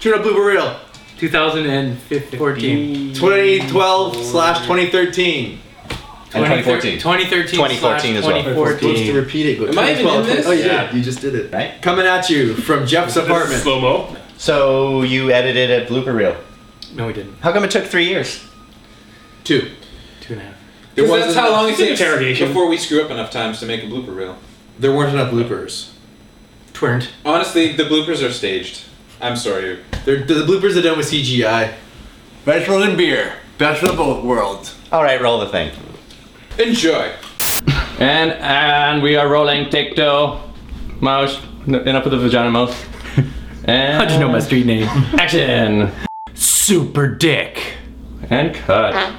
Tuna Blooper Reel. 2014. 2012 slash 2013. And 2014. 2013. 2014 as well. 2014. Supposed to repeat it. Go Am I even in 2012. this? Oh yeah, Yeah. you just did it. Right. Coming at you from Jeff's apartment. Slow mo. So you edited a blooper reel. No, we didn't. How come it took three years? Two. Two and a half. There Because that's wasn't how enough- long it takes interrogation. before we screw up enough times to make a blooper reel. There weren't enough bloopers. Twerned. Honestly, the bloopers are staged. I'm sorry. They're, the bloopers are done with CGI. Vegetables and beer. Best of both worlds. All right, roll the thing. Enjoy. And and we are rolling tic toe mouse. No, enough with the vagina mouse. And How'd you know my street name? action Super Dick. and cut.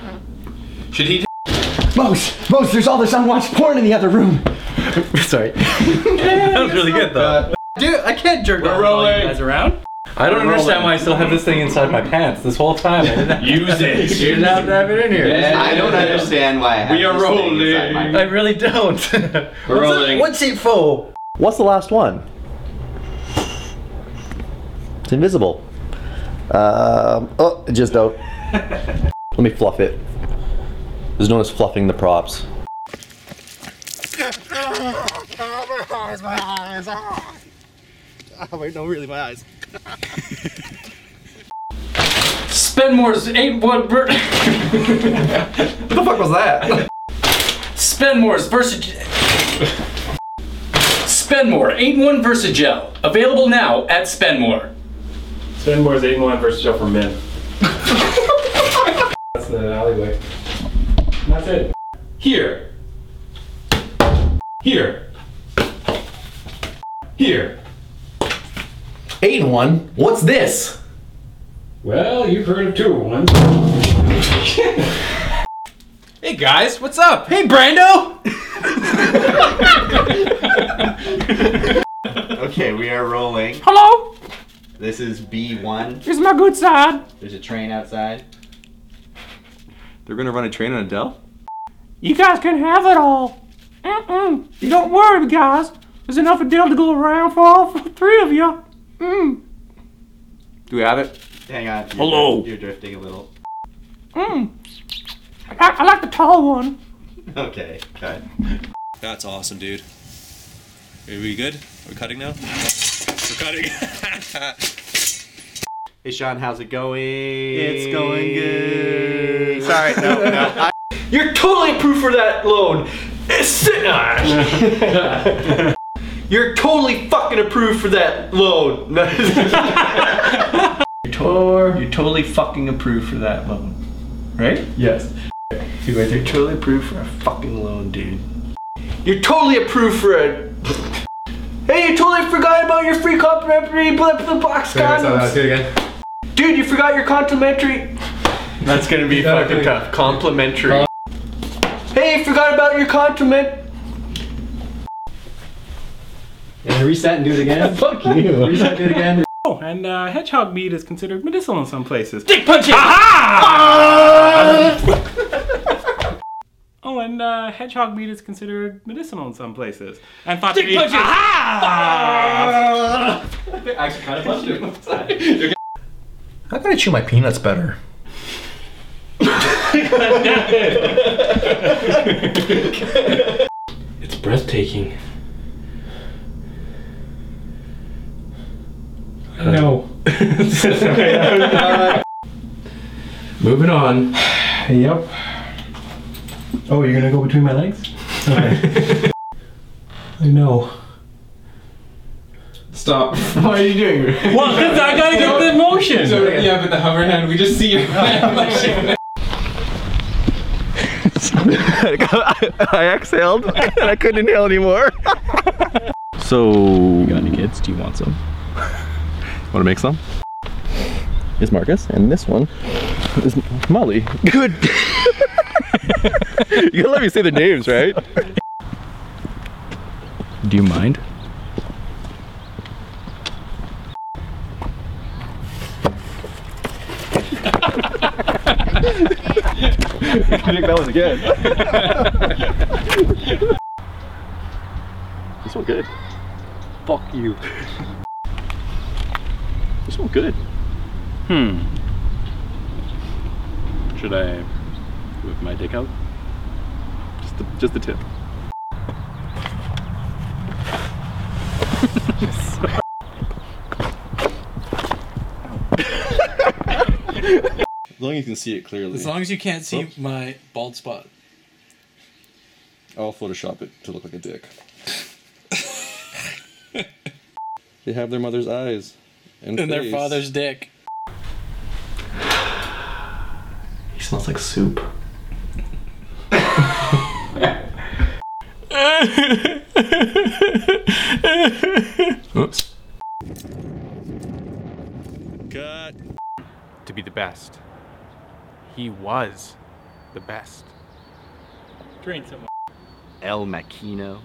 Should he? Most, most. There's all this unwatched porn in the other room. Sorry. That was really good though. Dude, I can't jerk off. All rolling. you guys around? I don't understand why I still have this thing inside my pants this whole time. I didn't- Use it. You're not having it in here. Yeah. I don't understand why. I have We are this thing inside rolling. my- I really don't. We're rolling. What's it for? What's the last one? It's invisible. Um, oh, it just out. Let me fluff it. This is known as fluffing the props. Spenmore's eight one. Ber- what the fuck was that? Spenmore's Versag. Spenmore 8-1 Versagel. Available now at Spenmore. Spenmore's 8 1 versus Joe for men. That's the alleyway. That's it. Here. Here. Here. Eight and one. What's this? Well, you've heard of two or one. Hey guys, what's up? Hey, Brando. okay, we are rolling. Hello, This is B one. here's my good side. There's a train outside. They're gonna run a train on Adele. You guys can have it all. Mm-mm. Don't worry, guys. There's enough of deal to go around for all three of you. Mm. Do we have it? Hang on. You're Hello. You're drifting a little. Mm. I, I like the tall one. Okay. Cut. That's awesome, dude. Are we good? We're cutting now? We're cutting. Hey, Sean, how's it going? It's going good. Sorry, no, no. I- You're totally proof for that loan. It's sitting on. You're totally fucking approved for that loan. you're, to- you're totally fucking approved for that loan. Right? Yes. You're like, you're totally approved for a fucking loan, dude. You're totally approved for a. hey, you totally forgot about your free complimentary blip the box condoms. Dude, you forgot your complimentary. That's gonna be fucking tough. Complimentary. Hey, forgot about your compliment. Oh, and uh, hedgehog meat is considered medicinal in some places. Dick punching. Oh, and uh, hedgehog meat is considered medicinal in some places. And thought to Dick be. punching. How can I chew my peanuts better? It's breathtaking. No. Moving on. Yep. Oh, you're gonna go between my legs? I know. Stop. What are you doing? Well, 'cause I gotta get the motion. So yeah, but the hover hand, we just see your hand. like, shaking it. I exhaled and I couldn't inhale anymore. so. You got any kids? Do you want some? want to make some? Is Marcus and this one is Molly. Good. you gotta let me say the names, right? Do you mind? I think that was good. this one good. Fuck you. This one good. Hmm. Should I whip my dick out? Just the, just the tip. as long as you can see it clearly. As long as you can't see my bald spot. I'll Photoshop it to look like a dick. they have their mother's eyes and, And their face. father's dick. He smells like soup. Oops. Cut. To be the best. He was the best. Drink some. El Maquino.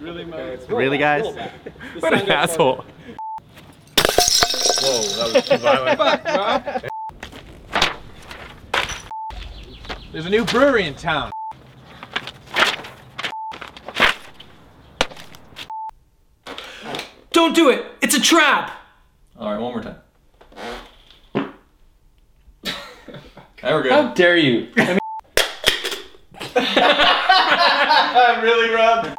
Really, Mo? Really, guys? What an asshole. There's a new brewery in town. Don't do it! It's a trap! All right, one more time. there we go. How dare you? I'm really robbed.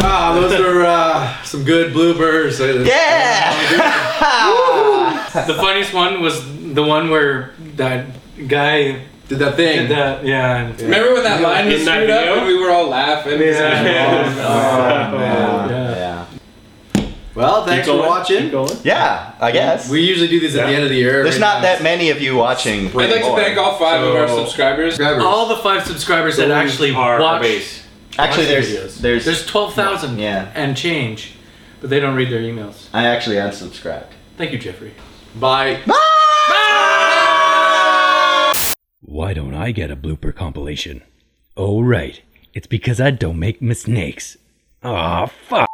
Ah, those are uh, some good bloopers. Yeah. The funniest one was the one where that guy Did that thing. did that. Yeah. Remember when that line was In that screwed up video? and we were all laughing? Oh, man. Yeah. Well, thanks for watching. Yeah, I guess. We usually do these at the end of the year. There's right not now. that many of you watching. I'd like to thank all five of our So- subscribers. Grabbers. All the five subscribers that actually watch. Actually, videos. there's there's, There's twelve thousand. Yeah. And change, but they don't read their emails. I actually unsubscribed. Thank you, Jeffrey. Bye. Why don't I get a blooper compilation? Oh, right. It's because I don't make mistakes. Aw, fuck.